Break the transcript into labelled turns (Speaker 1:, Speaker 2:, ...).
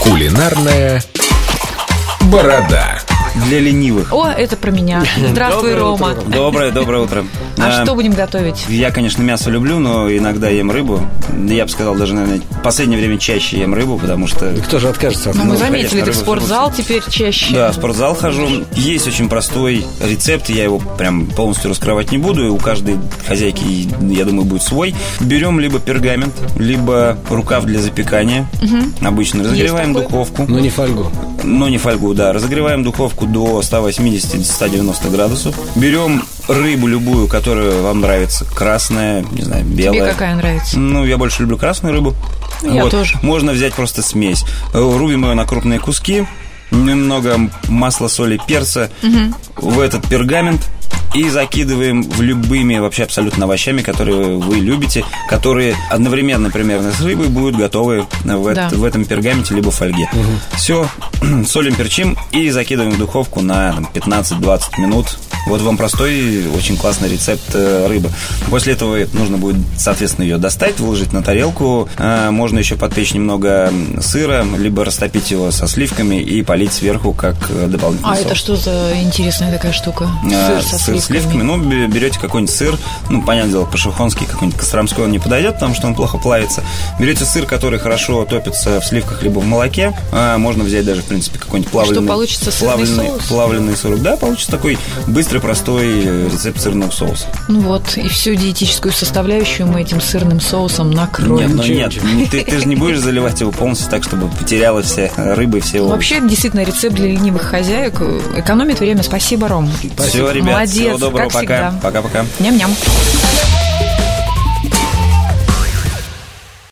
Speaker 1: Кулинарная борода.
Speaker 2: Для ленивых.
Speaker 3: О, это про меня. Здравствуй, Рома.
Speaker 2: Доброе, доброе утро.
Speaker 3: А
Speaker 2: Э,
Speaker 3: что будем готовить?
Speaker 2: Я, конечно, мясо люблю, но иногда ем рыбу. Я бы сказал, даже, наверное, в последнее время чаще ем рыбу, потому что...
Speaker 4: Кто же откажется от
Speaker 3: Ну, мы
Speaker 2: ну,
Speaker 3: заметили,
Speaker 2: конечно,
Speaker 3: ты в
Speaker 2: рыба
Speaker 3: спортзал теперь чаще.
Speaker 2: Да, в спортзал хожу. Есть очень простой рецепт, я его прям полностью раскрывать не буду. и У каждой хозяйки, я думаю, будет свой. Берем либо пергамент, либо рукав для запекания. Обычно разогреваем духовку.
Speaker 4: но Ну, не фольгу.
Speaker 2: но не фольгу, да. Разогреваем духовку до 180-190 градусов. Берем рыбу любую, которая вам нравится. Красная, не знаю, белая.
Speaker 3: Тебе какая нравится?
Speaker 2: Ну, я больше люблю красную рыбу.
Speaker 3: Я тоже.
Speaker 2: Можно взять просто смесь. Э, Рубим ее на крупные куски. Немного масла, соли, перца в этот пергамент. И закидываем в любыми вообще абсолютно овощами, которые вы любите, которые одновременно примерно с рыбой будут готовы в,
Speaker 3: Да.
Speaker 2: эт- в этом пергаменте либо фольге. Все, солим, перчим и закидываем в духовку на там, 15-20 минут. Вот вам простой, и очень классный рецепт э, рыбы. После этого нужно будет, соответственно, ее достать, выложить на тарелку. Э, Можно еще подпечь немного м, сыра, либо растопить его со сливками и полить сверху как э, дополнительный
Speaker 3: А
Speaker 2: соус.
Speaker 3: это что за интересная такая штука?
Speaker 2: Э,
Speaker 3: Сыр со
Speaker 2: сыр с
Speaker 3: сливками.
Speaker 2: сливками. Ну, бе- берете какой-нибудь сыр, ну, понятное дело, пашихонский, какой-нибудь костромской он не подойдет, потому что он плохо плавится. Берете сыр, который хорошо топится в сливках либо в молоке. А, можно взять даже, в принципе, какой-нибудь плавленый.
Speaker 3: получится, сырный
Speaker 2: плавленый,
Speaker 3: соус?
Speaker 2: плавленый сырок. Да, получится такой быстрый, простой э, рецепт сырного соуса.
Speaker 3: Ну вот, и всю диетическую составляющую мы этим сырным соусом накроем.
Speaker 2: нет, ну
Speaker 4: ничего,
Speaker 2: нет, не- ты, ты же не будешь заливать его полностью так, чтобы потерялась вся рыба и все его.
Speaker 3: Вообще, это действительно, рецепт для ленивых хозяек Э, экономит время. Спасибо, Ром.
Speaker 2: все, ребят,
Speaker 3: Молодец,
Speaker 2: всего доброго,
Speaker 3: как
Speaker 2: пока.
Speaker 3: всегда.
Speaker 2: Пока-пока.
Speaker 3: Ням-ням.